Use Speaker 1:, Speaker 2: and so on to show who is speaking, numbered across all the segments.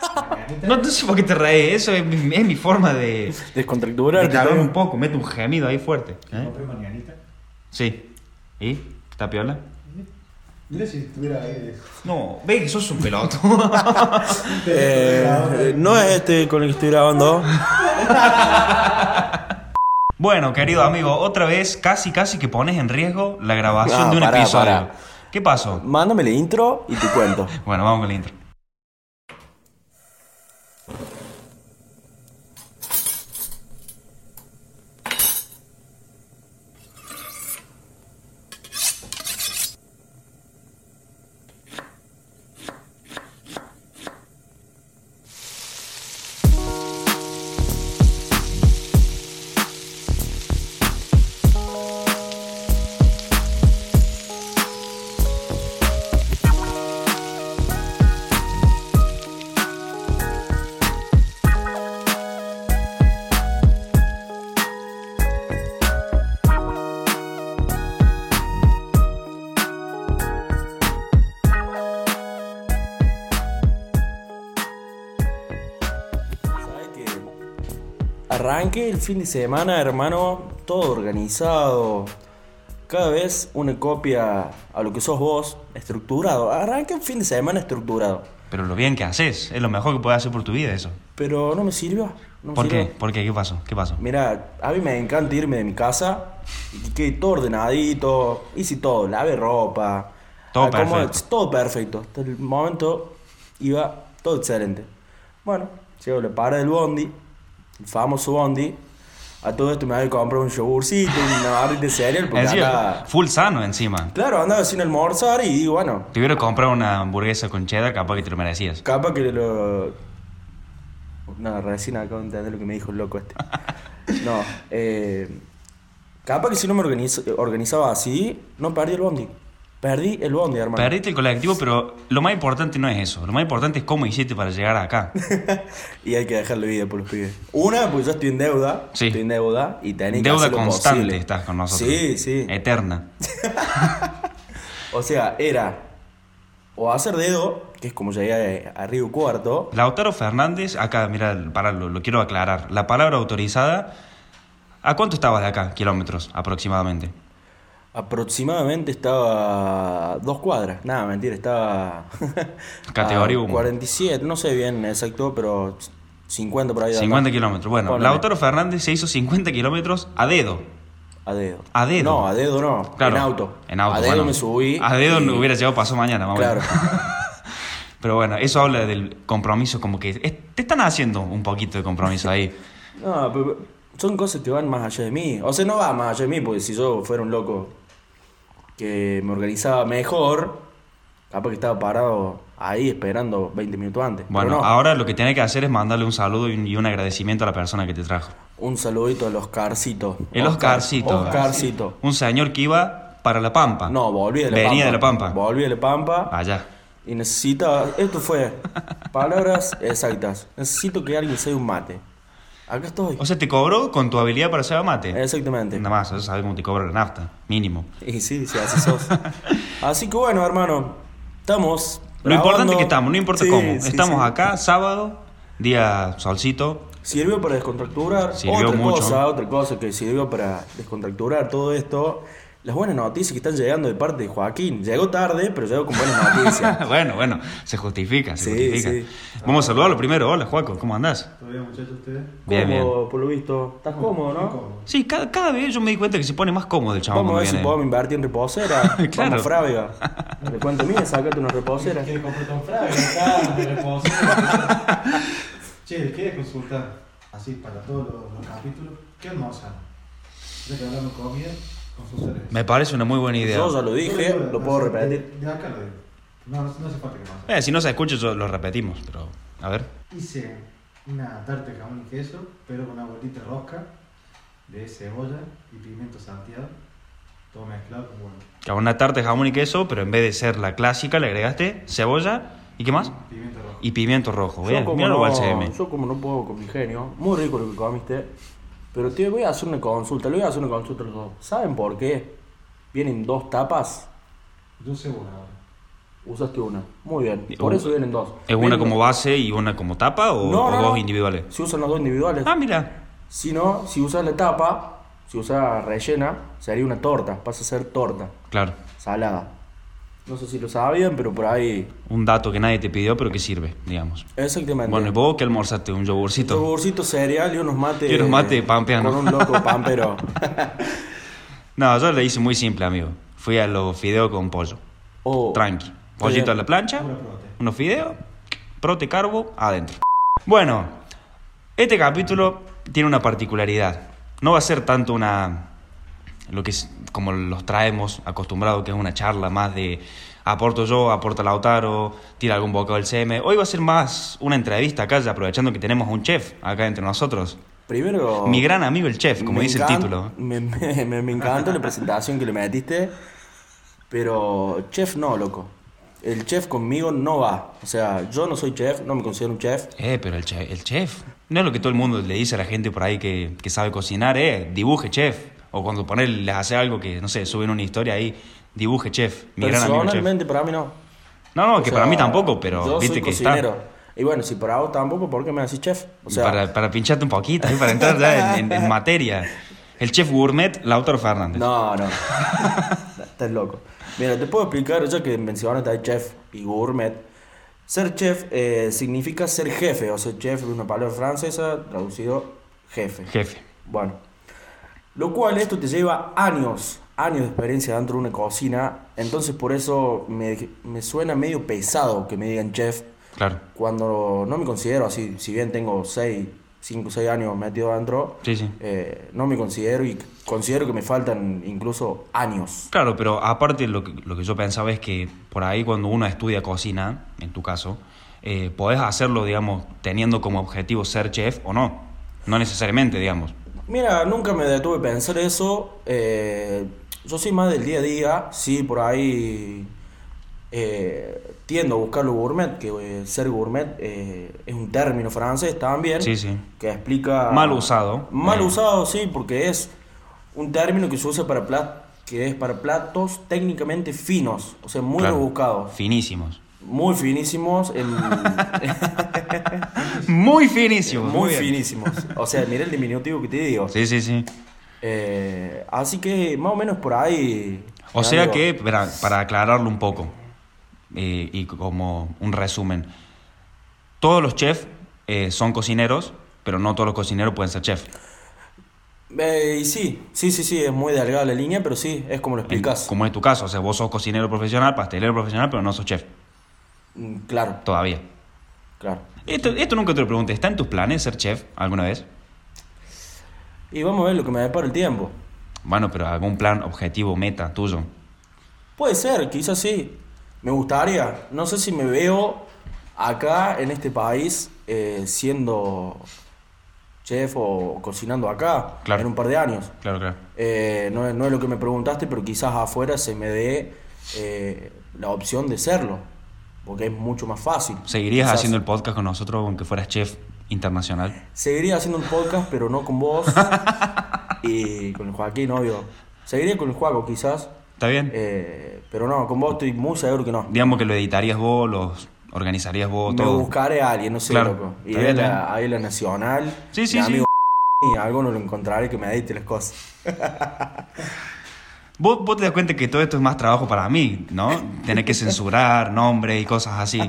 Speaker 1: puta.
Speaker 2: No, no sé por qué te reí, eso es mi, es mi forma de, de
Speaker 3: Descontracturar.
Speaker 2: calor un poco. Mete un gemido ahí fuerte. ¿eh?
Speaker 1: Compré mañanita.
Speaker 2: Sí. ¿Y? ¿Está piola?
Speaker 1: Mira si estuviera ahí.
Speaker 2: No, ve que sos un peloto.
Speaker 3: Eh, no es este con el que estoy grabando.
Speaker 2: bueno, querido amigo, otra vez casi casi que pones en riesgo la grabación
Speaker 3: No,
Speaker 2: de un
Speaker 3: pará,
Speaker 2: episodio.
Speaker 3: pará.
Speaker 2: ¿Qué pasó?
Speaker 3: Mándame la intro y te cuento.
Speaker 2: Bueno, vamos con la intro.
Speaker 3: ¿Sabes qué? Arranque el fin de semana, hermano, todo organizado. Cada vez una copia a lo que sos vos, estructurado. Arranque el fin de semana estructurado.
Speaker 2: Pero lo bien que haces, es lo mejor que puedes hacer por tu vida eso.
Speaker 3: Pero no me sirvió. No me
Speaker 2: ¿Por qué?
Speaker 3: sirvió.
Speaker 2: ¿Por qué? ¿Qué pasó? ¿Qué pasó?
Speaker 3: Mira, a mí me encanta irme de mi casa y que quede todo ordenadito, hice todo, lavé ropa,
Speaker 2: Todo
Speaker 3: acomodé-
Speaker 2: perfecto.
Speaker 3: todo perfecto. Hasta el momento iba todo excelente. Bueno, llego a la parada del bondi, el famoso bondi. A todo esto me había comprado un yogurcito, una barrita de cereal, porque
Speaker 2: Encima,
Speaker 3: andaba-
Speaker 2: full sano encima.
Speaker 3: Claro, andaba sin almorzar y digo, bueno,
Speaker 2: Te hubiera comprado una hamburguesa con cheddar, capaz que te lo merecías.
Speaker 3: Capaz que lo. No, recién acabo de entender lo que me dijo el loco este. No, eh. Capaz que si no me organiz- organizaba así, no perdí el bondi. Perdí el bondi, hermano.
Speaker 2: Perdiste el colectivo, pero lo más importante no es eso. Lo más importante es cómo hiciste para llegar acá.
Speaker 3: Y hay que dejarle vida por los pibes. Una, pues yo estoy en deuda.
Speaker 2: Sí.
Speaker 3: Estoy en deuda y tenés que
Speaker 2: Deuda
Speaker 3: hacer lo
Speaker 2: constante
Speaker 3: posible.
Speaker 2: estás con nosotros. Eh.
Speaker 3: Sí, sí.
Speaker 2: Eterna.
Speaker 3: O sea, era. O hacer dedo, que es como llegué a, a Río Cuarto.
Speaker 2: Lautaro Fernández, acá, mira, para, lo, lo quiero aclarar. La palabra autorizada, ¿a cuánto estabas de acá? Kilómetros aproximadamente.
Speaker 3: Aproximadamente estaba a dos cuadras. Nada, mentira, estaba.
Speaker 2: Categoría
Speaker 3: a
Speaker 2: uno.
Speaker 3: 47, no sé bien exacto, pero 50 por ahí. de
Speaker 2: 50
Speaker 3: acá.
Speaker 2: kilómetros. Bueno,
Speaker 3: Ponele.
Speaker 2: Lautaro Fernández se hizo 50 kilómetros a dedo.
Speaker 3: A dedo.
Speaker 2: A dedo.
Speaker 3: No, a dedo no.
Speaker 2: Claro.
Speaker 3: En auto.
Speaker 2: En auto.
Speaker 3: A dedo
Speaker 2: bueno.
Speaker 3: me subí.
Speaker 2: A dedo
Speaker 3: y-
Speaker 2: no hubiera llegado pasado mañana, más o menos.
Speaker 3: Claro.
Speaker 2: Pero bueno, eso habla del compromiso, como que es- te están haciendo un poquito de compromiso ahí.
Speaker 3: No, pero son cosas que van más allá de mí. O sea, no va más allá de mí, porque si yo fuera un loco que me organizaba mejor, capaz que estaba parado ahí esperando 20 minutos antes. Pero
Speaker 2: Bueno,
Speaker 3: no.
Speaker 2: ahora lo que tiene que hacer es mandarle un saludo y un, y un agradecimiento a la persona que te trajo.
Speaker 3: Un saludito al Oscarcito.
Speaker 2: El Oscarcito.
Speaker 3: Oscarcito.
Speaker 2: Un señor que iba para La Pampa.
Speaker 3: No, volví de La Pampa.
Speaker 2: Venía de La Pampa. Ah.
Speaker 3: Volví de La Pampa.
Speaker 2: Allá.
Speaker 3: Y necesita. Esto fue. Palabras exactas. Necesito que alguien sea un mate. Acá estoy.
Speaker 2: O sea, te cobró con tu habilidad para hacer mate.
Speaker 3: Exactamente.
Speaker 2: Nada más, eso sabes cómo te cobra la nafta. Mínimo.
Speaker 3: Y sí, sí, así sos. así que bueno, hermano. Estamos.
Speaker 2: Lo importante
Speaker 3: grabando.
Speaker 2: es que estamos, no importa
Speaker 3: Sí,
Speaker 2: cómo.
Speaker 3: sí,
Speaker 2: estamos
Speaker 3: sí.
Speaker 2: acá, sábado, día solcito.
Speaker 3: Sirvió para descontracturar.
Speaker 2: Sirvió
Speaker 3: otra
Speaker 2: mucho.
Speaker 3: cosa, otra cosa que sirvió para descontracturar todo esto. Las buenas noticias que están llegando de parte de Joaquín. Llegó tarde, pero llegó con buenas noticias.
Speaker 2: bueno, bueno, se justifica, se
Speaker 3: Sí,
Speaker 2: justifica.
Speaker 3: sí.
Speaker 2: Vamos a saludarlo primero. Hola, Juaco, ¿cómo andás?
Speaker 1: Todavía muchachos ustedes.
Speaker 2: Bien, bien.
Speaker 3: Cómodo, por lo visto. Estás cómodo, ¿no?
Speaker 2: Sí, cada, cada vez yo me di cuenta que se pone más cómodo el chabón.
Speaker 3: Vamos a ver
Speaker 2: cuando
Speaker 3: si
Speaker 2: viene.
Speaker 3: podemos invertir en reposera.
Speaker 2: Claro.
Speaker 3: Vamos, Frávega. Le cuento mía, sacate una reposera.
Speaker 1: ¿Quieres comprar un frago? Acá, de reposo. che, ¿quieres consultar? Así, para todos los, los capítulos. ¿Qué almorzaron? Ya que hablamos de comida, con sus seres.
Speaker 2: Me parece una muy buena idea.
Speaker 3: Yo ya lo dije, lo puedo repetir.
Speaker 1: De, de acá lo digo. No, no, no hace falta que lo hagas.
Speaker 2: Eh, si no se escucha, yo- lo repetimos, pero a ver.
Speaker 1: Hice una tarta de jamón y queso, pero con una bolita rosca de cebolla y pimiento santiago. Todo mezclado con bueno.
Speaker 2: Que hago una tarta de jamón y queso, pero en vez de ser la clásica, le agregaste cebolla y qué más?
Speaker 1: Pimiento rojo.
Speaker 2: Y pimiento rojo.
Speaker 3: Yo
Speaker 2: Mira,
Speaker 3: como,
Speaker 2: mira lo al CM.
Speaker 3: no, yo como no puedo con mi genio, muy rico lo que comiste, pero te voy a hacer una consulta, le voy a hacer una consulta a los dos. ¿Saben por qué vienen dos tapas?
Speaker 1: Dulce bueno ahora.
Speaker 3: Usaste una. Muy bien. Por eso vienen dos.
Speaker 2: ¿Es una
Speaker 3: Vienen-
Speaker 2: como base y una como tapa o,
Speaker 3: No,
Speaker 2: o
Speaker 3: no,
Speaker 2: dos
Speaker 3: no.
Speaker 2: individuales?
Speaker 3: Se usan los dos individuales.
Speaker 2: Ah, mira.
Speaker 3: Si no, si usas la tapa, si usas rellena, sería una torta. Pasa a ser torta.
Speaker 2: Claro.
Speaker 3: Salada. No sé si lo sabían, pero por ahí.
Speaker 2: Un dato que nadie te pidió, pero que sirve, digamos.
Speaker 3: Exactamente.
Speaker 2: Bueno, ¿y vos qué almorzaste? ¿Un yogursito?
Speaker 3: Yogursito cereal y unos mates.
Speaker 2: Y unos mates pampeanos.
Speaker 3: Con un loco pampero.
Speaker 2: No, yo le hice muy simple, amigo. Fui a los fideos con pollo.
Speaker 3: O-
Speaker 2: Tranqui. Pollito
Speaker 3: Oh. bien.
Speaker 2: a la plancha,
Speaker 1: Pura prote.
Speaker 2: unos fideos, prote carbo, adentro. Bueno, este capítulo tiene una particularidad. No va a ser tanto una. lo que es como los traemos acostumbrados, que es una charla más de aporto yo, aporta Lautaro, tira algún bocado del CM. Hoy va a ser más una entrevista acá, ya aprovechando que tenemos un chef acá entre nosotros.
Speaker 3: Primero.
Speaker 2: Mi gran amigo el chef, como
Speaker 3: me
Speaker 2: dice
Speaker 3: encan-
Speaker 2: el título.
Speaker 3: Me, me- me- me encanta la presentación que le metiste. Pero chef no, loco. El chef conmigo no va. O sea, yo no soy chef, no me considero un chef.
Speaker 2: Eh, pero el chef, el chef. No es lo que todo el mundo le dice a la gente por ahí que, que sabe cocinar, eh. Dibuje chef. O cuando poner, les hace algo que, no sé, suben una historia ahí. Dibuje chef. Mi gran amigo chef.
Speaker 3: Personalmente para mí no.
Speaker 2: No, no, que
Speaker 3: O sea,
Speaker 2: para mí tampoco, pero
Speaker 3: yo
Speaker 2: viste
Speaker 3: soy
Speaker 2: que
Speaker 3: cocinero.
Speaker 2: está.
Speaker 3: Y bueno, si para vos tampoco, ¿por qué me decís chef? O sea,
Speaker 2: para, para pincharte un poquito, ahí, para entrar ya en, en- en materia. El chef gourmet, Lautaro Fernández.
Speaker 3: no, no. Estás loco. Mira, te puedo explicar, ya que en Pensilvania está el chef y gourmet. Ser chef eh, significa ser jefe. O sea, chef es una palabra francesa traducido jefe.
Speaker 2: Jefe.
Speaker 3: Bueno, lo cual esto te lleva años, años de experiencia dentro de una cocina, entonces por eso me, me suena medio pesado que me digan chef
Speaker 2: Claro.
Speaker 3: cuando no me considero así, si bien tengo 6, 5, 6 años metido adentro,
Speaker 2: Sí, sí.
Speaker 3: eh, no me considero y considero que me faltan incluso años.
Speaker 2: Claro, pero aparte lo que, lo que yo pensaba es que por ahí cuando uno estudia cocina, en tu caso, eh, podés hacerlo, digamos, teniendo como objetivo ser chef o no. No necesariamente, digamos.
Speaker 3: Mira, nunca me detuve a pensar eso. eh, yo soy más del día a día, sí, por ahí eh, tiendo a buscar lo gourmet, que eh, ser gourmet eh, es un término francés también,
Speaker 2: Sí, sí.
Speaker 3: que explica...
Speaker 2: Mal usado.
Speaker 3: Mal
Speaker 2: Eh.
Speaker 3: usado, sí, porque es un término que se usa para platos, que es para platos técnicamente finos, o sea, muy
Speaker 2: Claro.
Speaker 3: rebuscados,
Speaker 2: Finísimos.
Speaker 3: muy finísimos, en-
Speaker 2: Muy finísimos.
Speaker 3: muy
Speaker 2: bien.
Speaker 3: finísimos. O sea, mira el diminutivo que te digo.
Speaker 2: Sí, sí, sí.
Speaker 3: Eh, así que más o menos por ahí.
Speaker 2: O sea
Speaker 3: amigo.
Speaker 2: que, verá, para aclararlo un poco eh, y como un resumen, todos los chefs eh, son cocineros, pero no todos los cocineros pueden ser chefs.
Speaker 3: Eh, y sí, sí, sí, sí, es muy delgada la línea, pero sí, es como lo
Speaker 2: En-
Speaker 3: explicas.
Speaker 2: Como es tu caso, o sea, vos sos cocinero profesional, pastelero profesional, pero no sos chef
Speaker 3: Mm, Claro,
Speaker 2: todavía.
Speaker 3: claro.
Speaker 2: Esto, esto nunca te lo pregunté. ¿Está en tus planes ser chef alguna vez?
Speaker 3: Y vamos a ver lo que me depara el tiempo.
Speaker 2: Bueno, pero algún plan, objetivo, meta tuyo.
Speaker 3: Puede ser, quizás sí. Me gustaría. No sé si me veo acá en este país eh, siendo chef o cocinando acá
Speaker 2: Claro.
Speaker 3: en un par de años.
Speaker 2: Claro, claro.
Speaker 3: Eh, no, es- no es lo que me preguntaste, pero quizás afuera se me dé eh, la opción de serlo, porque es mucho más fácil.
Speaker 2: ¿Seguirías
Speaker 3: Quizás
Speaker 2: haciendo el podcast con nosotros aunque fueras chef internacional?
Speaker 3: Seguiría haciendo un podcast, pero no con vos y con el Joaquín, obvio. Seguiría con el Juaco, quizás,
Speaker 2: ¿Está bien?
Speaker 3: eh, pero no, con vos estoy muy seguro que no.
Speaker 2: Digamos que lo editarías vos, lo organizarías vos,
Speaker 3: Me
Speaker 2: todo.
Speaker 3: buscaré a alguien, no sé,
Speaker 2: Claro,
Speaker 3: loco. Y
Speaker 2: está bien, está
Speaker 3: la, ahí la nacional,
Speaker 2: Sí, sí,
Speaker 3: mi
Speaker 2: sí.
Speaker 3: amigo y algo no lo encontraré que me edite las cosas.
Speaker 2: Vos, vos te das cuenta que todo esto es más trabajo para mí, ¿no? Tener que censurar nombres y cosas así.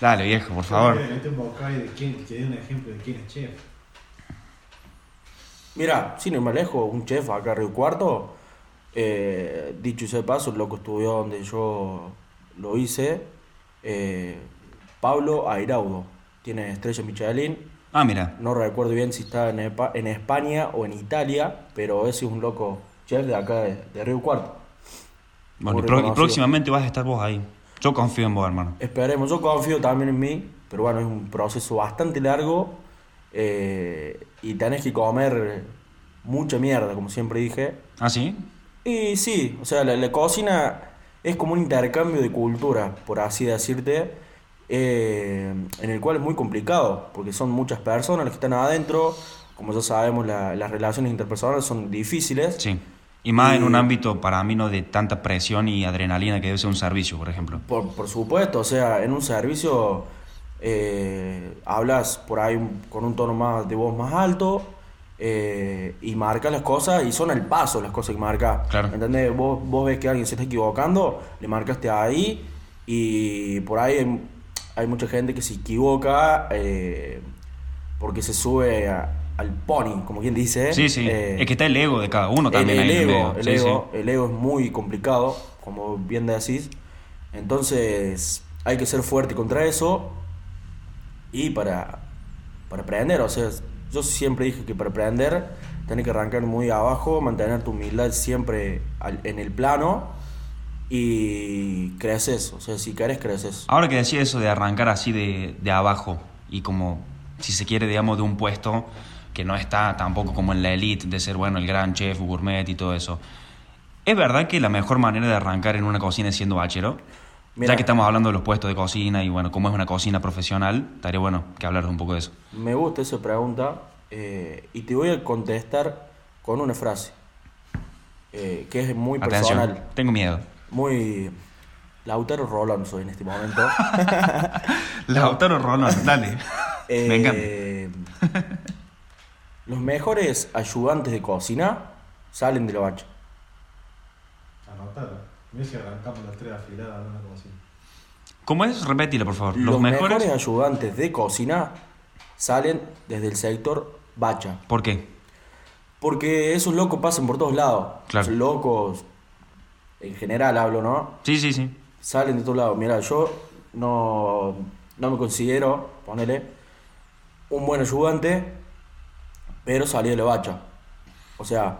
Speaker 2: Dale, viejo, por favor.
Speaker 1: Mira, mete un bocado de quién, que dé un ejemplo de quién es chef.
Speaker 3: Mira, sin ir más lejos, un chef acá en Río Cuarto, eh, dicho sea de paso, el loco estudió donde yo lo hice, eh, Pablo Airaudo, tiene estrella Michelin,
Speaker 2: Ah, mira.
Speaker 3: no recuerdo bien si está en, Epa- en España o en Italia, pero ese es un loco chef de acá de, de Río Cuarto.
Speaker 2: Bueno, y,
Speaker 3: Muy
Speaker 2: pro- y
Speaker 3: reconocido.
Speaker 2: próximamente vas a estar vos ahí. Yo confío en vos, hermano.
Speaker 3: Esperemos, yo confío también en mí, pero bueno, es un proceso bastante largo eh, y tenés que comer mucha mierda, como siempre dije.
Speaker 2: ¿Ah, sí?
Speaker 3: Y sí, o sea, la, la cocina es como un intercambio de culturas, por así decirte, eh, en el cual es muy complicado, porque son muchas personas las que están adentro, como ya sabemos, la- las relaciones interpersonales son difíciles,
Speaker 2: Sí. Y más en un ámbito para mí no de tanta presión y adrenalina que debe ser un servicio, por ejemplo.
Speaker 3: Por, por supuesto, o sea, en un servicio eh, hablas por ahí un- con un tono más de voz más alto eh, y marcas las cosas y son al paso las cosas que marcas.
Speaker 2: Claro.
Speaker 3: ¿Entendés? Vos, vos ves que alguien se está equivocando, le marcaste ahí y por ahí hay, hay mucha gente que se equivoca eh, porque se sube a- al pony, como quien dice.
Speaker 2: Sí, sí.
Speaker 3: Eh,
Speaker 2: es que está el ego de cada uno
Speaker 3: el,
Speaker 2: también.
Speaker 3: el
Speaker 2: ahí en
Speaker 3: ego,
Speaker 2: medio.
Speaker 3: el
Speaker 2: Sí,
Speaker 3: ego,
Speaker 2: sí.
Speaker 3: el ego es muy complicado, como bien decís. Entonces, hay que ser fuerte contra eso y para, para aprender. O sea, yo siempre dije que para aprender tenés que arrancar muy abajo, mantener tu humildad siempre al- en el plano y creces. O sea, si querés, creces.
Speaker 2: Ahora que decía eso de arrancar así de, de abajo y como, si se quiere, digamos, de un puesto que no está tampoco como en la elite de ser, bueno, el gran chef, gourmet y todo eso. ¿Es verdad que la mejor manera de arrancar en una cocina es siendo bachero?
Speaker 3: Mira.
Speaker 2: Ya que estamos hablando de los puestos de cocina y, bueno, cómo es una cocina profesional, estaría bueno que hablaras un poco de eso.
Speaker 3: Me gusta esa pregunta eh, y te voy a contestar con una frase eh, que es muy
Speaker 2: Atención,
Speaker 3: personal.
Speaker 2: tengo miedo.
Speaker 3: Muy. Lautaro Rolón soy en este momento.
Speaker 2: Lautaro Rolón, dale. Me encanta.
Speaker 3: Eh, Los mejores ayudantes de cocina salen de la bacha.
Speaker 1: Anotalo. Mira si arrancamos las tres afiladas, una cosa así.
Speaker 2: ¿Cómo es? Repetilo, por favor.
Speaker 3: Los, mejores... ayudantes de cocina salen desde el sector bacha.
Speaker 2: ¿Por qué?
Speaker 3: Porque esos locos pasan por todos lados.
Speaker 2: Claro.
Speaker 3: Los locos, en general hablo, ¿no?
Speaker 2: Sí, sí, sí.
Speaker 3: salen de todos lados. Mira, yo no, no me considero, ponele, un buen ayudante, pero salí de la bacha. O sea,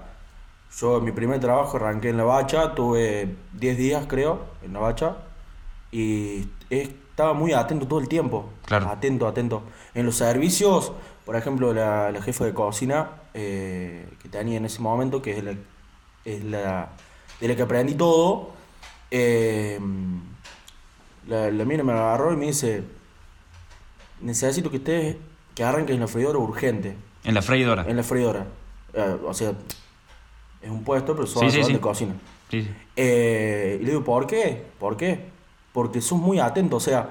Speaker 3: yo en mi primer trabajo arranqué en la bacha, tuve 10 días creo en la bacha y estaba muy atento todo el tiempo.
Speaker 2: Claro.
Speaker 3: Atento, atento. En los servicios, por ejemplo, la, la jefa de cocina eh, que tenía en ese momento, que es la, es la de la que aprendí todo, eh, la, la mina me agarró y me dice, necesito que estés, que arranques en la freidora urgente.
Speaker 2: En la freidora.
Speaker 3: En la freidora. Eh, o sea, es un puesto, pero
Speaker 2: Sí,
Speaker 3: son
Speaker 2: sí, sí.
Speaker 3: de cocina.
Speaker 2: Sí, sí.
Speaker 3: Eh, y le digo, ¿por qué? ¿Por qué? Porque sos muy atento, o sea,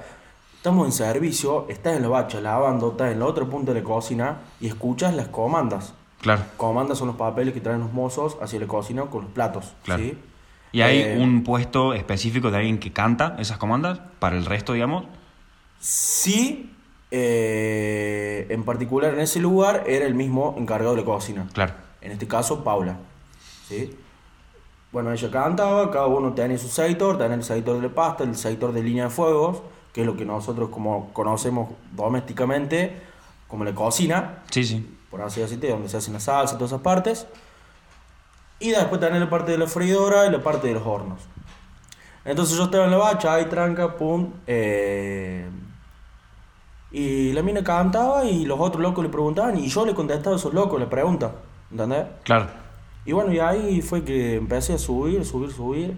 Speaker 3: estamos en servicio, estás en la bacha lavando, estás en la otra punta de la cocina y escuchas las comandas.
Speaker 2: Claro.
Speaker 3: Comandas son los papeles que traen los mozos hacia la cocina con los platos.
Speaker 2: Claro.
Speaker 3: ¿sí?
Speaker 2: ¿Y hay
Speaker 3: Eh,
Speaker 2: un puesto específico de alguien que canta esas comandas? Para el resto, digamos.
Speaker 3: Sí, eh, en particular en ese lugar era el mismo encargado de la cocina.
Speaker 2: Claro.
Speaker 3: En este caso, Paula. ¿sí? Bueno, ella cantaba, cada uno tenía su sector, tenía el sector de pasta, el sector de línea de fuegos, que es lo que nosotros como conocemos domésticamente como la cocina,
Speaker 2: Sí, sí.
Speaker 3: por así decirte, donde se hacen las salsas, todas esas partes. Y después tenés la parte de la freidora y la parte de los hornos. Entonces yo estaba en la bacha, ahí tranca, pum. eh, y la mina cantaba y los otros locos le preguntaban y yo le contestaba a esos locos la pregunta, ¿entendés?
Speaker 2: Claro.
Speaker 3: Y bueno, y ahí fue que empecé a subir, subir, subir.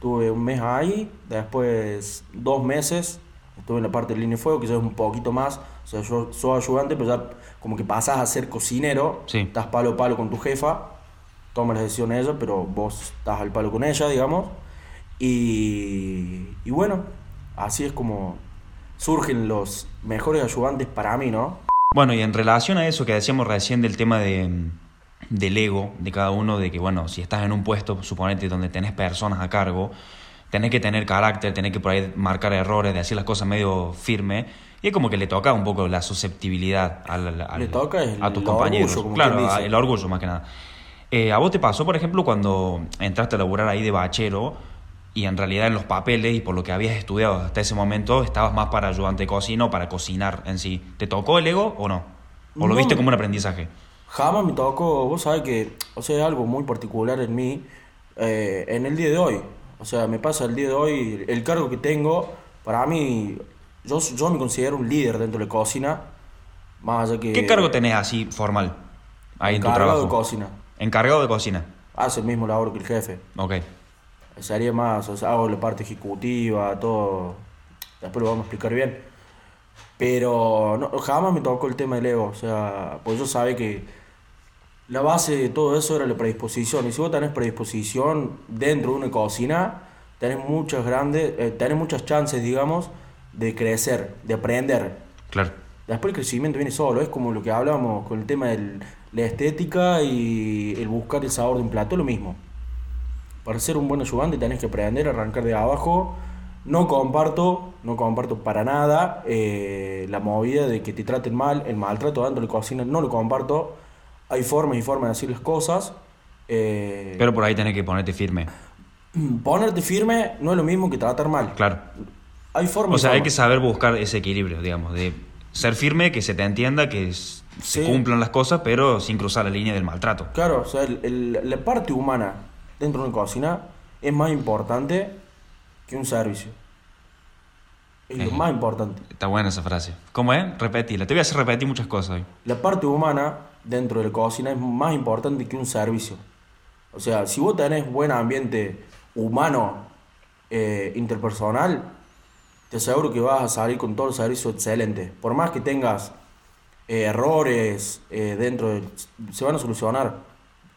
Speaker 3: Tuve un mes ahí, después dos meses estuve en la parte de línea de fuego, que ya es un poquito más. O sea, yo soy ayudante, pero ya como que pasás a ser cocinero.
Speaker 2: Sí.
Speaker 3: Estás palo a palo con tu jefa, tomas las decisiones de ella, pero vos estás al palo con ella, digamos. Y, y bueno, así es como surgen los mejores ayudantes para mí, ¿no?
Speaker 2: Bueno, y en relación a eso que decíamos recién del tema de, mm, del ego de cada uno, de que, bueno, si estás en un puesto, suponete, donde tenés personas a cargo, tenés que tener carácter, tenés que por ahí marcar errores, de hacer las cosas medio firme, y es como que le toca un poco la susceptibilidad al, al-
Speaker 3: Le toca el-
Speaker 2: a tus
Speaker 3: el
Speaker 2: compañeros.
Speaker 3: orgullo, como
Speaker 2: claro,
Speaker 3: quien dice.
Speaker 2: a- el orgullo más que nada. Eh, ¿A vos te pasó, por ejemplo, cuando entraste a laburar ahí de bachero y en realidad en los papeles y por lo que habías estudiado hasta ese momento estabas más para ayudante de cocina o para cocinar en sí? ¿Te tocó el ego o no? ¿O lo
Speaker 3: No.
Speaker 2: viste como un aprendizaje?
Speaker 3: Jamás me tocó, vos sabés que, o sea, es algo muy particular en mí, eh, en el día de hoy. O sea, me pasa el día de hoy, el cargo que tengo, para mí, yo, yo me considero un líder dentro de la cocina, más allá que...
Speaker 2: ¿Qué cargo tenés así formal ahí en tu
Speaker 3: Eh, encargado
Speaker 2: trabajo?
Speaker 3: de cocina.
Speaker 2: Encargado de cocina.
Speaker 3: Hace el mismo labor que el jefe.
Speaker 2: Ok.
Speaker 3: Sería más, o sea, hago la parte ejecutiva, todo. Después lo vamos a explicar bien. Pero no, jamás me tocó el tema del ego, o sea, pues yo sabe que La base de todo eso era la predisposición. Y si vos tenés predisposición dentro de una cocina, tenés muchas grandes, eh, tenés muchas chances, digamos, de crecer, de aprender.
Speaker 2: Claro.
Speaker 3: Después el crecimiento viene solo, es como lo que hablábamos con el tema de la estética y el buscar el sabor de un plato, lo mismo. Para ser un buen ayudante tenés que aprender, arrancar de abajo. No comparto, no comparto para nada eh, la movida de que te traten mal, el maltrato dentro de la cocina, no lo comparto. Hay formas y formas de decir las cosas. eh,
Speaker 2: Pero por ahí tenés que ponerte firme.
Speaker 3: ponerte firme no es lo mismo que tratar mal.
Speaker 2: Claro.
Speaker 3: Hay formas.
Speaker 2: O
Speaker 3: y
Speaker 2: sea, hay que
Speaker 3: formas.
Speaker 2: saber buscar ese equilibrio, digamos, de ser firme, que se te entienda, que s- se
Speaker 3: Sí.
Speaker 2: cumplan las cosas, pero sin cruzar la línea del maltrato.
Speaker 3: Claro, o sea, el- el- la parte humana dentro de una cocina es más importante que un servicio. Es lo
Speaker 2: Ejé.
Speaker 3: más importante.
Speaker 2: Está buena esa frase. ¿Cómo es? Repetila. Te voy a hacer repetir muchas cosas hoy.
Speaker 3: La parte humana dentro de la cocina es más importante que un servicio. O sea, si vos tenés buen ambiente humano, eh, interpersonal, te aseguro que vas a salir con todo el servicio excelente. Por más que tengas eh, errores eh, dentro, del- se van a solucionar.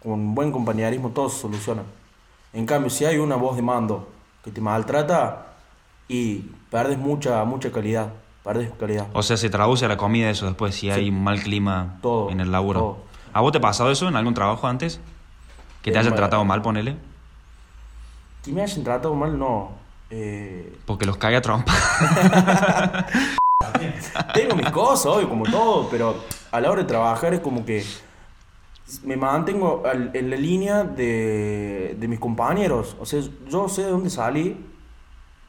Speaker 3: Con buen compañerismo todo se soluciona. En cambio, si hay una voz de mando que te maltrata y perdes mucha, mucha calidad, perdes calidad.
Speaker 2: O sea, se traduce a la comida eso después, si hay un mal clima
Speaker 3: Todo,
Speaker 2: en el laburo.
Speaker 3: todo.
Speaker 2: ¿A vos te ha pasado eso en algún trabajo antes? ¿Que te
Speaker 3: Eh,
Speaker 2: hayan
Speaker 3: bueno.
Speaker 2: tratado mal, ponele?
Speaker 3: Que me hayan tratado mal, no. Eh,
Speaker 2: Porque los caga trompa.
Speaker 3: tengo mis cosas, obvio, como todo, pero a la hora de trabajar es como que me mantengo al- en la línea de, de mis compañeros. O sea, yo sé de dónde salí,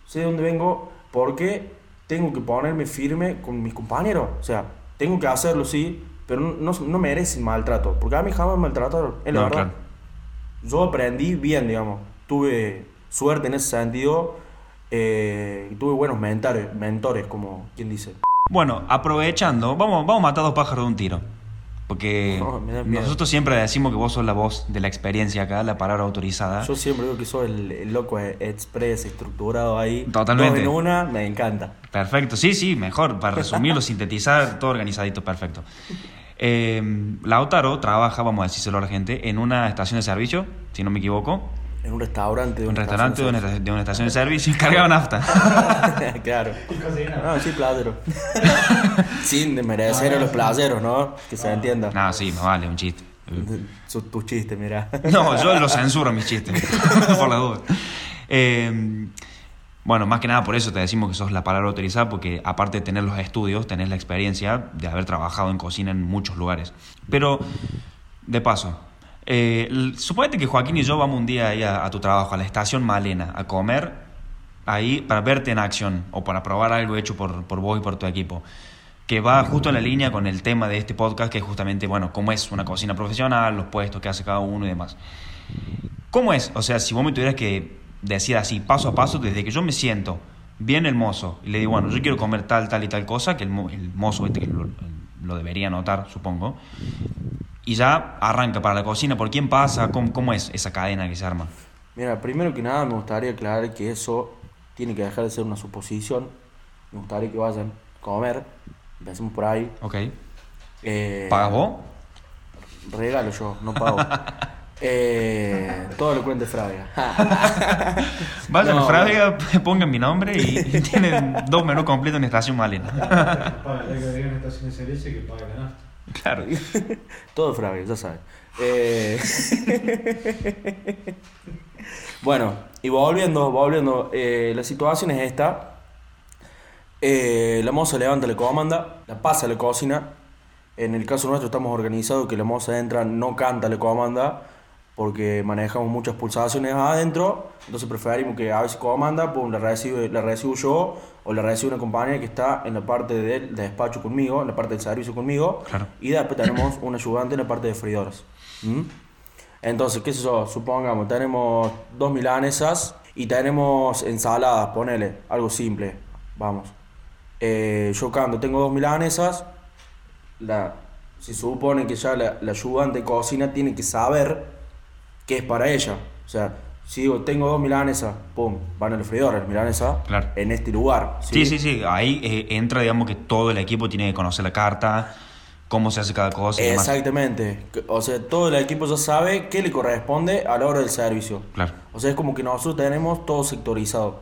Speaker 3: sé de dónde vengo, porque tengo que ponerme firme con mis compañeros. O sea, tengo que hacerlo, sí, pero no, no, no merecen maltrato, porque a mí jamás me maltrataron, es la
Speaker 2: No,
Speaker 3: verdad.
Speaker 2: claro.
Speaker 3: Yo aprendí bien, digamos. Tuve suerte en ese sentido. eh, tuve buenos mentores, mentores, como quien dice.
Speaker 2: Bueno, aprovechando, vamos, vamos a matar dos pájaros de un tiro. Porque
Speaker 3: No, Oh, me da miedo.
Speaker 2: nosotros siempre decimos que vos sos la voz de la experiencia acá, la palabra autorizada.
Speaker 3: Yo siempre digo que soy el, el loco e- express, estructurado ahí.
Speaker 2: Totalmente.
Speaker 3: Dos en una, me encanta.
Speaker 2: Perfecto, sí, sí, mejor. Para resumirlo, sintetizar, todo organizadito, perfecto. Eh, Lautaro trabaja, vamos a decírselo a la gente, en una estación de servicio, si no me equivoco.
Speaker 3: En un restaurante. de
Speaker 2: Un
Speaker 3: una
Speaker 2: restaurante de
Speaker 3: estación
Speaker 2: una, de una estación de servicio cargaba nafta.
Speaker 3: de- claro.
Speaker 1: Y cocina.
Speaker 3: No, sí, platero. Sin desmerecer a los placeros, ¿no? Que se entienda.
Speaker 2: No, sí, no vale, un chiste.
Speaker 3: Su- Tu chiste, mira.
Speaker 2: No, yo lo censuro mis chistes, por la duda. Eh, bueno, más que nada por eso te decimos que sos la palabra autorizada, porque aparte de tener los estudios, tenés la experiencia de haber trabajado en cocina en muchos lugares. Pero, de paso, eh, l- suponete que Joaquín y yo vamos un día ahí a, a tu trabajo, a la estación Malena, a comer ahí para verte en acción o para probar algo hecho por, por vos y por tu equipo que va justo en la línea con el tema de este podcast, que es justamente, bueno, cómo es una cocina profesional, los puestos que hace cada uno y demás. ¿Cómo es? O sea, si vos me tuvieras que decir así, paso a paso, desde que yo me siento bien el mozo y le digo, bueno, yo quiero comer tal, tal y tal cosa, que el, mo- el mozo este que lo, lo debería anotar, supongo, y ya arranca para la cocina, ¿por quién pasa? ¿Cómo, cómo es esa cadena que se arma?
Speaker 3: Mira, primero que nada me gustaría aclarar que eso tiene que dejar de ser una suposición. Me gustaría que vayan a comer. Empecemos por ahí.
Speaker 2: ¿Ok?
Speaker 3: Eh,
Speaker 2: ¿Pagas vos?
Speaker 3: Regalo yo, no pago. Eh, todo lo cuente Fraga.
Speaker 2: Vayan
Speaker 3: No,
Speaker 2: a Fraga, pongan mi nombre y, y tienen dos menús completos en Estación Malena.
Speaker 1: Para que agregar una estación de servicio que pague la nafta.
Speaker 2: Claro.
Speaker 3: Todo Fraga, ya sabes. Eh, bueno, y volviendo, volviendo. eh, la situación es esta. Eh, la moza levanta la comanda, la pasa a la cocina. En el caso nuestro estamos organizados que la moza entra, no canta la comanda, porque manejamos muchas pulsaciones adentro. Entonces preferimos que a veces comanda, pum, la recibe, la recibo yo o la recibe una compañera que está en la parte del despacho conmigo, en la parte del servicio conmigo.
Speaker 2: Claro.
Speaker 3: Y después tenemos un ayudante en la parte de freidoras. ¿Mm? Entonces, qué sé yo, supongamos, tenemos dos milanesas y tenemos ensaladas, ponele, algo simple, vamos. Eh, yo canto, tengo dos milanesas, la, se supone que ya la, la ayudante de cocina tiene que saber qué es para ella. O sea, si digo, tengo dos milanesas, pum, van al freidor, las milanesas,
Speaker 2: Claro.
Speaker 3: en este lugar.
Speaker 2: Sí, sí, sí. Ahí eh, entra, digamos, que todo el equipo tiene que conocer la carta, cómo se hace cada cosa. y demás.
Speaker 3: Exactamente. O sea, todo el equipo ya sabe qué le corresponde a la hora del servicio.
Speaker 2: Claro.
Speaker 3: O sea, es como que nosotros tenemos todo sectorizado.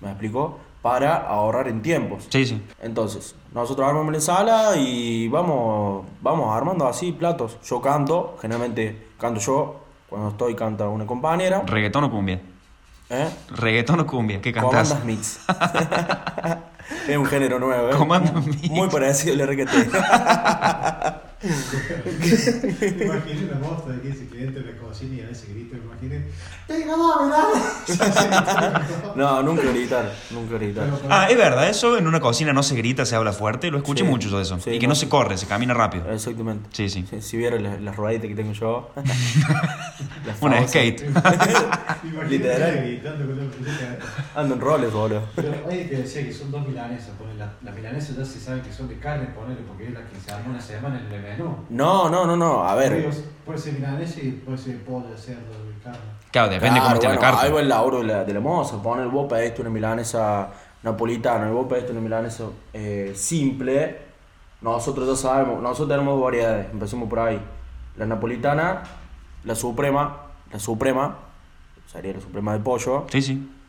Speaker 3: ¿Me explico? Para ahorrar en tiempos.
Speaker 2: Sí, sí.
Speaker 3: Entonces, nosotros armamos la ensalada y vamos, vamos armando así platos. Yo canto, generalmente canto yo, cuando estoy canta una compañera.
Speaker 2: ¿Reggaetón o cumbia?
Speaker 3: ¿eh?
Speaker 2: ¿Reggaetón o cumbia? ¿Qué cantás?
Speaker 3: Comandas Mix. es un género nuevo, ¿eh?
Speaker 2: Comandas Mix.
Speaker 3: Muy parecido al RKT.
Speaker 1: Imaginen la voz de que ese cliente me cocina y a veces grito, imaginen, ¡Venga, dame, dame!
Speaker 3: No, nunca gritar, nunca gritar.
Speaker 1: Pero para-
Speaker 2: Ah, es verdad, eso en una cocina no se grita, se habla fuerte, lo escuché
Speaker 3: Sí.
Speaker 2: mucho yo eso.
Speaker 3: Sí,
Speaker 2: y que
Speaker 3: no Eh,
Speaker 2: no se corre, se camina rápido.
Speaker 3: Exactamente.
Speaker 2: Sí, sí.
Speaker 3: Si, si vieras las, las rueditas que tengo yo. Las
Speaker 2: Una
Speaker 3: famosas.
Speaker 2: skate.
Speaker 1: Imagínate
Speaker 3: Literal.
Speaker 1: gritando con la música.
Speaker 3: Ando en roles, boludo.
Speaker 1: Pero oye, te decía que son dos milanesas, ponele, la- las milanesas ya se saben que son de carne, ponele, porque es la que se armó una semana en el menú.
Speaker 3: No, no, no, no. A ver.
Speaker 1: Ríos, Puede ser milanesa y puede ser pollo, cerdo, carne.
Speaker 2: Claro, depende
Speaker 3: Claro,
Speaker 2: cómo esté
Speaker 3: Ah, bueno,
Speaker 2: la carta.
Speaker 3: Ahí va el laburo de la, de la moza. Poner vos pediste una milanesa napolitana, y vos pediste una milanesa eh, simple. Nosotros ya sabemos, nosotros tenemos dos variedades. Empecemos por ahí. La napolitana, la suprema, la suprema, sería la suprema de pollo.
Speaker 2: Sí, sí.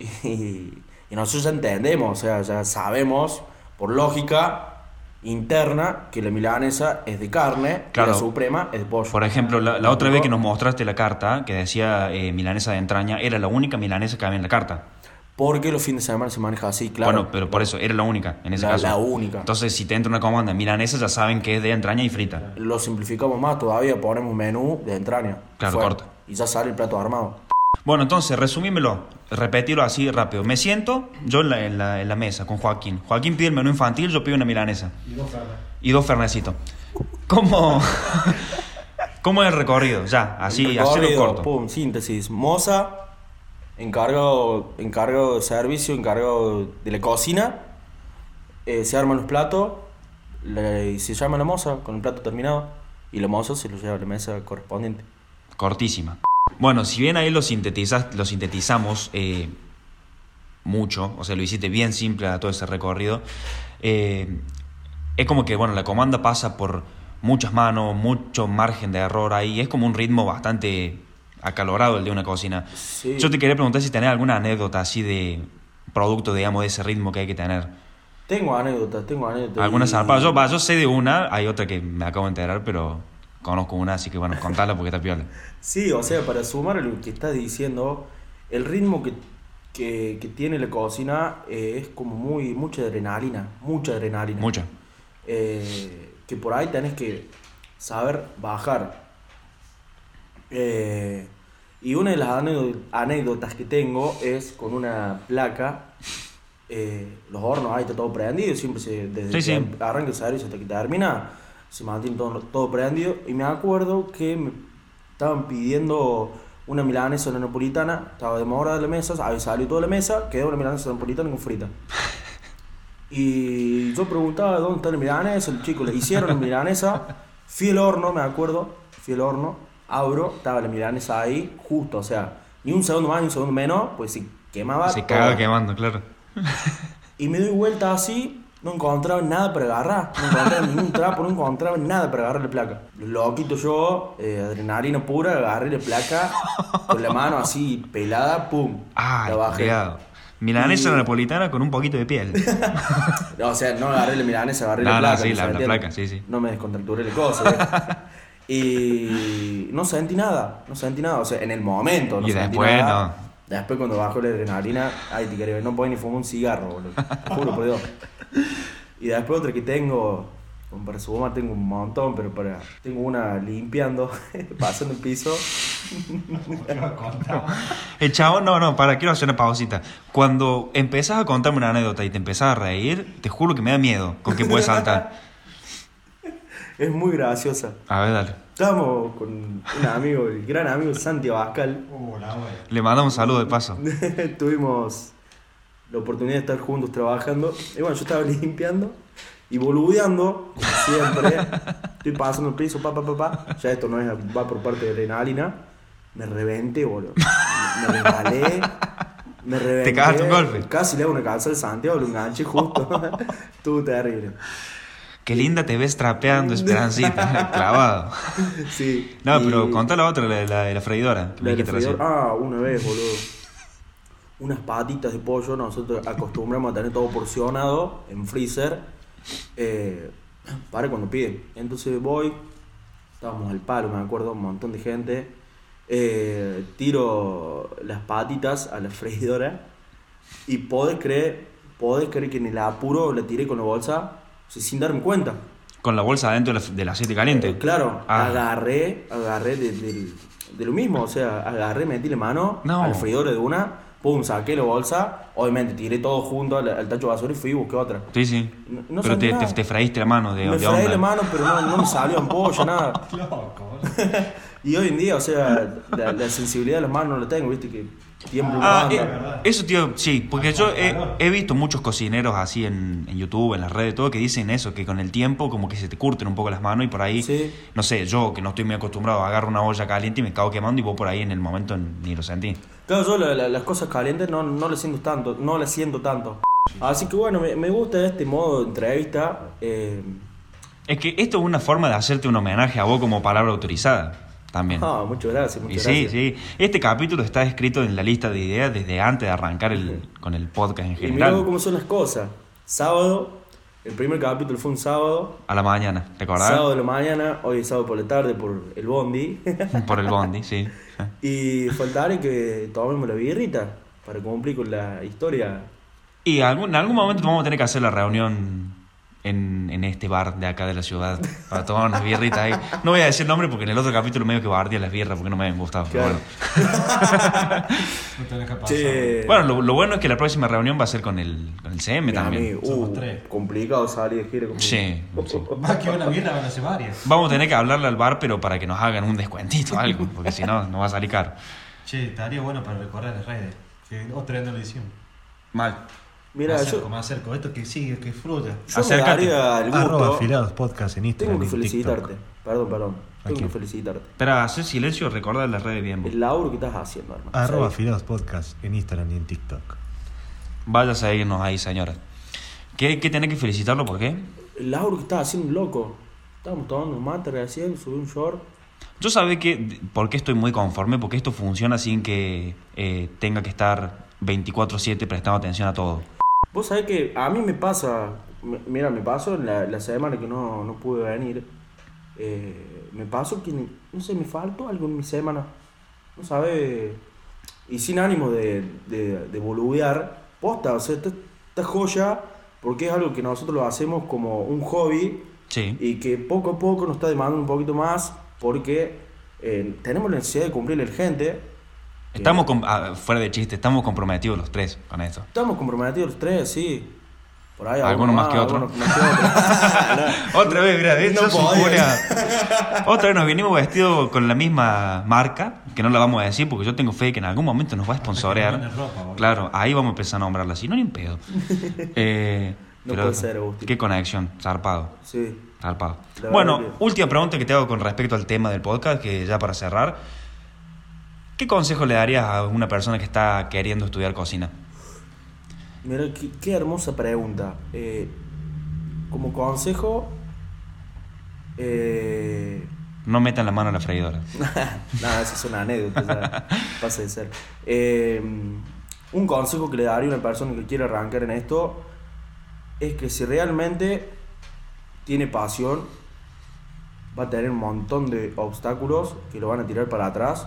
Speaker 3: Y, y nosotros ya entendemos, o sea, ya sabemos por lógica interna que la milanesa es de carne
Speaker 2: Claro.
Speaker 3: y la suprema es de pollo.
Speaker 2: Por ejemplo, la, la otra vez que nos mostraste la carta que decía eh, milanesa de entraña, era la única milanesa que había en la carta.
Speaker 3: Porque los fines de semana se maneja así, claro.
Speaker 2: Bueno, pero por eso, era la única en ese
Speaker 3: La-
Speaker 2: caso.
Speaker 3: la única.
Speaker 2: Entonces, si te entra una comanda milanesa, ya saben que es de entraña y frita.
Speaker 3: Lo simplificamos más todavía, ponemos menú de entraña.
Speaker 2: Claro,
Speaker 3: Fue.
Speaker 2: corta.
Speaker 3: Y ya sale el plato armado.
Speaker 2: Bueno, entonces, resumímelo, repetirlo así rápido. Me siento yo en la, en la- en la mesa con Joaquín. Joaquín pide el menú infantil, yo pido una milanesa.
Speaker 1: Y dos carnes.
Speaker 2: Y dos fernecitos. ¿Cómo, ¿Cómo es el recorrido? Ya, así, así lo
Speaker 3: Recorrido,
Speaker 2: corto.
Speaker 3: Pum, síntesis. Moza, encargo, encargo de servicio, encargo de la cocina. eh, se arman los platos le- y se llama la moza con el plato terminado. Y la moza se lo lleva a la mesa correspondiente.
Speaker 2: Cortísima. Bueno, si bien ahí lo, sintetizas, lo sintetizamos eh, mucho, o sea, lo hiciste bien simple a todo ese recorrido, eh, es como que, bueno, la comanda pasa por muchas manos, mucho margen de error ahí, es como un ritmo bastante acalorado el de una cocina.
Speaker 3: Sí.
Speaker 2: Yo te quería preguntar si tenés alguna anécdota así de producto, digamos, de ese ritmo que hay que tener.
Speaker 3: Tengo anécdotas, tengo anécdotas.
Speaker 2: Alguna
Speaker 3: y-
Speaker 2: zarpada. Yo, va, yo sé de una, hay otra que me acabo de enterar, pero conozco una, así que bueno, contala porque está piola.
Speaker 3: Sí, o sea, para sumar a lo que estás diciendo, el ritmo que, que- que tiene la cocina eh, es como muy mucha adrenalina, mucha adrenalina.
Speaker 2: Mucho.
Speaker 3: Eh, que por ahí tenés que saber bajar. Eh, y una de las anécdo- anécdotas que tengo es con una placa, eh, los hornos ahí está todo prendido, siempre se, desde
Speaker 2: Sí,
Speaker 3: que
Speaker 2: sí.
Speaker 3: arranca el servicio hasta que termina, se mantiene todo, todo prendido. Y me acuerdo que me estaban pidiendo una milanesa una napolitana, estaba demorada la mesa, había salido toda la mesa, quedó una milanesa napolitana con frita. Y yo preguntaba dónde está el milanesa, el chico le hicieron el milanesa, fui al horno, me acuerdo, fui al horno, abro, estaba la milanesa ahí, justo, o sea, ni un segundo más, ni un segundo menos, pues se quemaba.
Speaker 2: Se
Speaker 3: toda.
Speaker 2: caga quemando, claro.
Speaker 3: Y me doy vuelta así, no encontraba nada para agarrar, no encontraba ningún trapo, no encontraba nada para agarrar la placa. Loquito yo, eh, adrenalina pura, agarré la placa con la mano así pelada, pum,
Speaker 2: Ah,
Speaker 3: la bajé.
Speaker 2: Milanesa
Speaker 3: Y-
Speaker 2: napolitana con un poquito de piel.
Speaker 3: No, o sea, no agarré la milanesa, agarré
Speaker 2: No,
Speaker 3: la
Speaker 2: no,
Speaker 3: placa.
Speaker 2: sí,
Speaker 3: ¿me
Speaker 2: la- la
Speaker 3: entiendes?
Speaker 2: placa, sí, sí.
Speaker 3: No me descontracturé la cosa. ¿eh? y no sentí nada, no sentí nada. O sea, en el momento no
Speaker 2: Y
Speaker 3: sentí
Speaker 2: después,
Speaker 3: nada. Después cuando bajo la adrenalina, ay, te quería ver, no podía ni fumar un cigarro, boludo. Te Juro por Dios. Y después otra que tengo, como para sumar tengo un montón, pero para... Tengo una limpiando, pasando el piso.
Speaker 1: Te iba a contar.
Speaker 2: El chavo, no, no, para, quiero hacer una pausita. Cuando empezás a contarme una anécdota y te empezás a reír, te juro que me da miedo con que puedes saltar.
Speaker 3: Es muy graciosa.
Speaker 2: A ver, dale.
Speaker 3: Estábamos con un amigo, el gran amigo Santi Abascal.
Speaker 1: Uh, la wea.
Speaker 2: Le mandamos saludo de paso.
Speaker 3: tuvimos la oportunidad de estar juntos trabajando. Y bueno, yo estaba limpiando y boludeando, como siempre. Estoy pasando el piso, pa, pa, pa, pa. Ya esto no es, va por parte de adrenalina. Me reventé, boludo. Me regalé. Me reventé.
Speaker 2: cagaste un golpe.
Speaker 3: Casi le hago una calza al Santiago, lo enganché justo. Estuvo terrible.
Speaker 2: Qué linda te ves trapeando, Esperancita. Clavado.
Speaker 3: Sí.
Speaker 2: No,
Speaker 3: y-
Speaker 2: pero contá la otra, la de la, de la freidora. que me
Speaker 3: la del
Speaker 2: dijiste recién.
Speaker 3: freidor- Ah, una vez, boludo. Unas patitas de pollo, nosotros acostumbramos a tener todo porcionado en freezer eh, para cuando piden. Entonces voy, estábamos al palo, me acuerdo, un montón de gente. eh, tiro las patitas a la freidora y podés creer, podés creer que en el apuro la tiré con la bolsa o sea, sin darme cuenta.
Speaker 2: Con la bolsa adentro del- del aceite caliente.
Speaker 3: Eh, Claro,
Speaker 2: Ah.
Speaker 3: agarré, agarré de, del- de lo mismo, o sea, agarré, metí la mano
Speaker 2: No.
Speaker 3: al freidor de una, pum, saqué la bolsa, obviamente tiré todo junto al, al tacho de basura y fui y busqué otra.
Speaker 2: Sí, sí.
Speaker 3: No- no
Speaker 2: pero te,
Speaker 3: sabía.
Speaker 2: te- te fraíste la mano de,
Speaker 3: me
Speaker 2: de
Speaker 3: freí
Speaker 2: onda.
Speaker 3: la mano, pero no, no me salió ampollo, nada.
Speaker 1: Loco,
Speaker 3: Y hoy en día, o sea, la, la sensibilidad de las manos no la tengo, viste, que tiemblo una
Speaker 2: Ah,
Speaker 1: Banda,
Speaker 2: eh,
Speaker 1: ¿verdad?
Speaker 3: banda.
Speaker 2: eso, tío, sí, porque
Speaker 1: Ah,
Speaker 2: yo he,
Speaker 1: claro.
Speaker 2: he visto muchos cocineros así en, en YouTube, en las redes, todo, que dicen eso, que con el tiempo como que se te curten un poco las manos y por ahí,
Speaker 3: Sí.
Speaker 2: no sé, yo que no estoy muy acostumbrado, agarro una olla caliente y me cago quemando y vos por ahí en el momento ni lo sentí.
Speaker 3: Claro, yo la- la- las cosas calientes no, no las siento tanto, no las siento tanto. Así que bueno, me, me gusta este modo de entrevista. eh,
Speaker 2: Es que esto es una forma de hacerte un homenaje a vos como palabra autorizada, también.
Speaker 3: Ah, muchas gracias,
Speaker 2: Y
Speaker 3: muchas
Speaker 2: sí,
Speaker 3: gracias.
Speaker 2: sí. Este capítulo está escrito en la lista de ideas desde antes de arrancar el, con el podcast en
Speaker 3: Y mirá
Speaker 2: general.
Speaker 3: vos cómo son las cosas. Sábado, el primer capítulo fue un sábado.
Speaker 2: A la mañana, ¿te acordás?
Speaker 3: Sábado de la mañana, hoy es sábado por la tarde por el bondi.
Speaker 2: Por el bondi, sí.
Speaker 3: y faltaré que tomemos la birrita para cumplir con la historia.
Speaker 2: Y algún, en algún momento vamos a tener que hacer la reunión en, en este bar de acá de la ciudad para tomar unas birritas ahí. No voy a decir nombre porque en el otro capítulo medio que bardía las birras porque no me habían gustado. pero
Speaker 3: Claro.
Speaker 2: bueno,
Speaker 1: No te deja pasar.
Speaker 3: Che,
Speaker 2: Bueno, lo, lo bueno es que la próxima reunión va a ser con el, con el CM
Speaker 3: mi
Speaker 2: también.
Speaker 3: amigo,
Speaker 1: Somos
Speaker 3: uh,
Speaker 1: tres.
Speaker 3: complicado salir de gira con
Speaker 2: Sí, sí.
Speaker 1: Más que una birra van a ser varias.
Speaker 2: Vamos a tener que hablarle al bar, pero para que nos hagan un descuentito o algo, porque si no, no va a salir caro.
Speaker 1: Che, estaría bueno para recordar las redes. Que otra vez no lo hicimos.
Speaker 2: Mal.
Speaker 3: Mira,
Speaker 1: más
Speaker 3: yo,
Speaker 1: cerco, más cerco. Esto que sigue, que fluya.
Speaker 3: yo me
Speaker 2: Acércate.
Speaker 3: daría el
Speaker 1: Arroba
Speaker 3: gusto.
Speaker 1: afilados podcast en Instagram.
Speaker 3: Tengo que
Speaker 1: y en TikTok.
Speaker 3: felicitarte. Perdón, perdón. Tengo
Speaker 1: Aquí.
Speaker 3: que felicitarte.
Speaker 2: Espera, hacer silencio, recordar las redes bien. vos.
Speaker 3: El laburo que estás haciendo, hermano.
Speaker 1: Arroba
Speaker 3: Sí.
Speaker 1: afilados podcast en Instagram y en TikTok.
Speaker 2: Vaya a seguirnos ahí, señora. ¿Qué, qué tenés que felicitarlo? ¿Por qué?
Speaker 3: El laburo que estás haciendo, loco. Estábamos tomando un mate recién, subí un short.
Speaker 2: Yo sabe que, por qué estoy muy conforme, porque esto funciona sin que eh, tenga que estar 24/7 prestando atención a todo.
Speaker 3: Vos sabés que a mí me pasa, m- mira, me pasó en la, la semana que no, no pude venir, eh, me pasó que, no sé, me faltó algo en mi semana, no sabés, y sin ánimo de, de, de boludear, posta, o sea, esta, esta joya, porque es algo que nosotros lo hacemos como un hobby
Speaker 2: Sí.
Speaker 3: y que poco a poco nos está demandando un poquito más porque eh, tenemos la necesidad de cumplir el gente.
Speaker 2: Estamos, com- ah, fuera de chiste, estamos comprometidos los tres con esto.
Speaker 3: Estamos comprometidos los tres, sí. Por ahí
Speaker 2: Alguno más que otro.
Speaker 3: alguno más que otro.
Speaker 2: Otra vez, mira, de
Speaker 3: No
Speaker 2: hecho, es un
Speaker 3: podés.
Speaker 2: culia. Otra vez nos vinimos vestidos con la misma marca, que no la vamos a decir porque yo tengo fe que en algún momento nos va a
Speaker 1: Que
Speaker 2: sponsorear.
Speaker 1: nos manden ropa, boludo.
Speaker 2: claro, ahí vamos a empezar a nombrarla, si no, ni un pedo. Eh,
Speaker 3: No
Speaker 2: pero
Speaker 3: puede ser, Agustín.
Speaker 2: Qué conexión, zarpado.
Speaker 3: sí.
Speaker 2: Zarpado.
Speaker 3: La verdad
Speaker 2: Bueno,
Speaker 3: que-
Speaker 2: última pregunta que te hago con respecto al tema del podcast, que ya para cerrar. ¿Qué consejo le darías a una persona que está queriendo estudiar cocina?
Speaker 3: Mira, qué, qué hermosa pregunta. Eh, como consejo, eh,
Speaker 2: No metan la mano en la freidora.
Speaker 3: nada, eso es una anécdota, ya pasa de ser. Eh, un consejo que le daría a una persona que quiere arrancar en esto es que si realmente tiene pasión, va a tener un montón de obstáculos que lo van a tirar para atrás,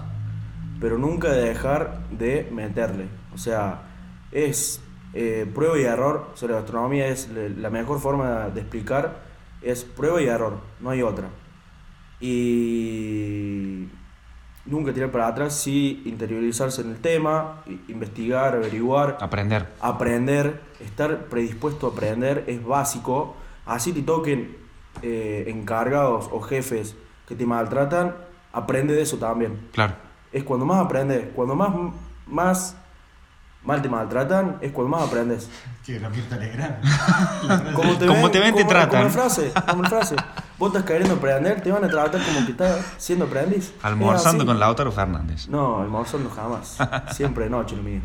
Speaker 3: pero nunca dejar de meterle. O sea, es eh, prueba y error. O sea, la gastronomía es le- la mejor forma de explicar, es prueba y error, no hay otra. Y nunca tirar para atrás, sí interiorizarse en el tema, i- investigar, averiguar
Speaker 2: Aprender.
Speaker 3: aprender, estar predispuesto a aprender es básico. Así te toquen eh, encargados o jefes que te maltratan, aprende de eso también.
Speaker 2: Claro.
Speaker 3: Es cuando más aprendes, cuando más, más mal te maltratan, es cuando más aprendes.
Speaker 1: Che, la mierda alegrana.
Speaker 3: Como
Speaker 2: Como te ven, te tratan.
Speaker 3: Como la frase, como la frase. Vos estás queriendo aprender, te van a tratar como que estás siendo aprendiz.
Speaker 2: Almorzando con
Speaker 3: la...
Speaker 2: Lautaro Fernández.
Speaker 3: No, almorzando jamás. Siempre de noche lo mío.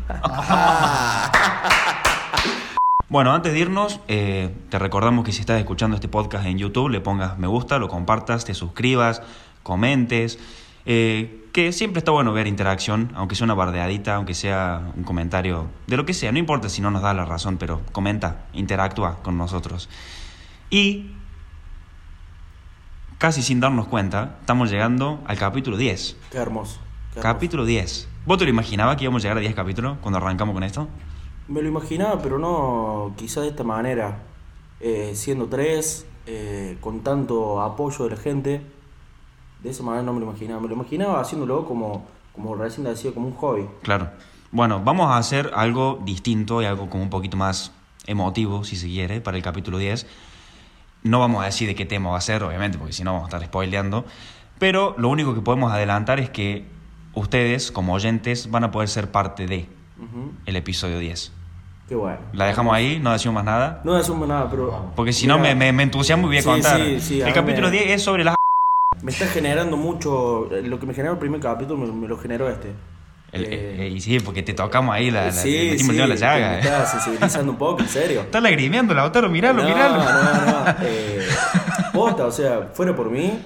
Speaker 2: Bueno, antes de irnos, eh, te recordamos que si estás escuchando este podcast en YouTube, le pongas me gusta, lo compartas, te suscribas, comentes. eh, que siempre está bueno ver interacción, aunque sea una bardeadita, aunque sea un comentario, de lo que sea, no importa si no nos da la razón, pero comenta, interactúa con nosotros. Y casi sin darnos cuenta, estamos llegando al capítulo 10.
Speaker 3: Qué hermoso. qué hermoso.
Speaker 2: Capítulo 10. ¿Vos te lo imaginabas que íbamos a llegar a 10 capítulos cuando arrancamos con esto?
Speaker 3: Me lo imaginaba, pero no quizás de esta manera. Eh, siendo tres, eh, con tanto apoyo de la gente. De esa manera no me lo imaginaba. Me lo imaginaba haciéndolo como, como recién decía, como un hobby.
Speaker 2: Claro. Bueno, vamos a hacer algo distinto y algo como un poquito más emotivo, si se quiere, para el capítulo 10. No vamos a decir de qué tema va a ser, obviamente, porque si no vamos a estar spoileando. Pero lo único que podemos adelantar es que ustedes, como oyentes, van a poder ser parte de
Speaker 3: Ujú.
Speaker 2: el episodio 10.
Speaker 3: Qué bueno.
Speaker 2: La dejamos ahí, no decimos más nada.
Speaker 3: No decimos nada, pero.
Speaker 2: Porque si no
Speaker 3: Mira,
Speaker 2: me, me, me entusiasmo y voy a
Speaker 3: Sí,
Speaker 2: contar.
Speaker 3: sí, sí, a
Speaker 2: el
Speaker 3: mí
Speaker 2: capítulo
Speaker 3: me-
Speaker 2: 10 es sobre las...
Speaker 3: Me está generando mucho. eh, Lo que me generó el primer capítulo me, me lo generó este.
Speaker 2: El-
Speaker 3: Eh,
Speaker 2: el- y sí, porque te tocamos ahí la, la, le
Speaker 3: sí,
Speaker 2: metimos
Speaker 3: sí,
Speaker 2: el dedo en la llaga.
Speaker 3: Me
Speaker 2: eh.
Speaker 3: está sensibilizando un poco, en serio.
Speaker 2: Está lagrimeando, Lautaro, miralo,
Speaker 3: no,
Speaker 2: miralo.
Speaker 3: No, no, Eh, posta, o sea, fuera por mí,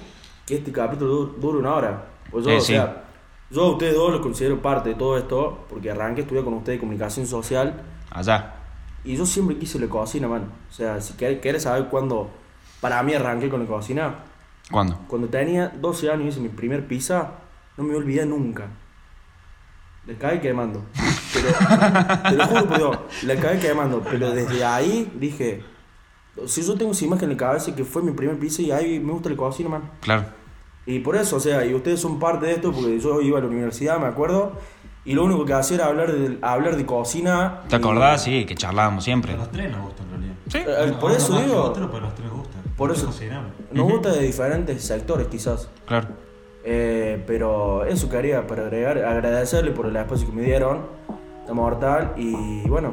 Speaker 3: que este capítulo du- dure una hora. O yo,
Speaker 2: Eh,
Speaker 3: o
Speaker 2: sí.
Speaker 3: sea, yo a ustedes dos los considero parte de todo esto, porque arranqué, estudié con ustedes comunicación social,
Speaker 2: Allá.
Speaker 3: y yo siempre quise la cocina, man. O sea, si quer- querés saber cuándo, para mí arranqué con la cocina,
Speaker 2: ¿Cuándo?
Speaker 3: cuando tenía 12 años y hice mi primer pizza, no me olvidé nunca. La cagué quemando. Pero, te lo juro por Dios, la cagué quemando. Pero desde ahí dije, si yo tengo esa imagen en la cabeza que fue mi primer pizza y ahí me gusta el cocina, man.
Speaker 2: Claro.
Speaker 3: Y por eso, o sea, y ustedes son parte de esto porque yo iba a la universidad, me acuerdo, y lo único que hacía era hablar de, hablar de cocina.
Speaker 2: ¿Te
Speaker 3: y-
Speaker 2: acordás? Sí, que charlábamos siempre.
Speaker 1: A los tres nos gusta en realidad.
Speaker 2: Sí.
Speaker 3: Eh, por
Speaker 1: Uno
Speaker 3: eso
Speaker 1: más que
Speaker 3: digo-
Speaker 1: Otro, pero a los tres gusta.
Speaker 3: Por eso.
Speaker 1: Cocinamos.
Speaker 3: Nos gusta de diferentes sectores, quizás.
Speaker 2: Claro.
Speaker 3: Eh, pero eso quería para agregar, agradecerle por el espacio que me dieron, la mortal, y bueno,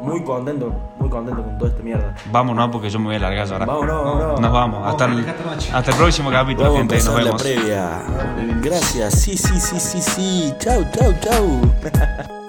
Speaker 3: muy contento, muy contento con toda esta mierda.
Speaker 2: Vámonos porque yo me voy a largar ya ahora.
Speaker 3: Vámonos, vámonos.
Speaker 2: Nos vamos. Hasta el,
Speaker 1: Esta noche.
Speaker 2: hasta el próximo capítulo,
Speaker 3: Vamos a
Speaker 2: gente. Nos
Speaker 3: empezar la
Speaker 2: vemos.
Speaker 3: previa. Gracias, sí, sí, sí, sí, sí. Chau, chau, chau.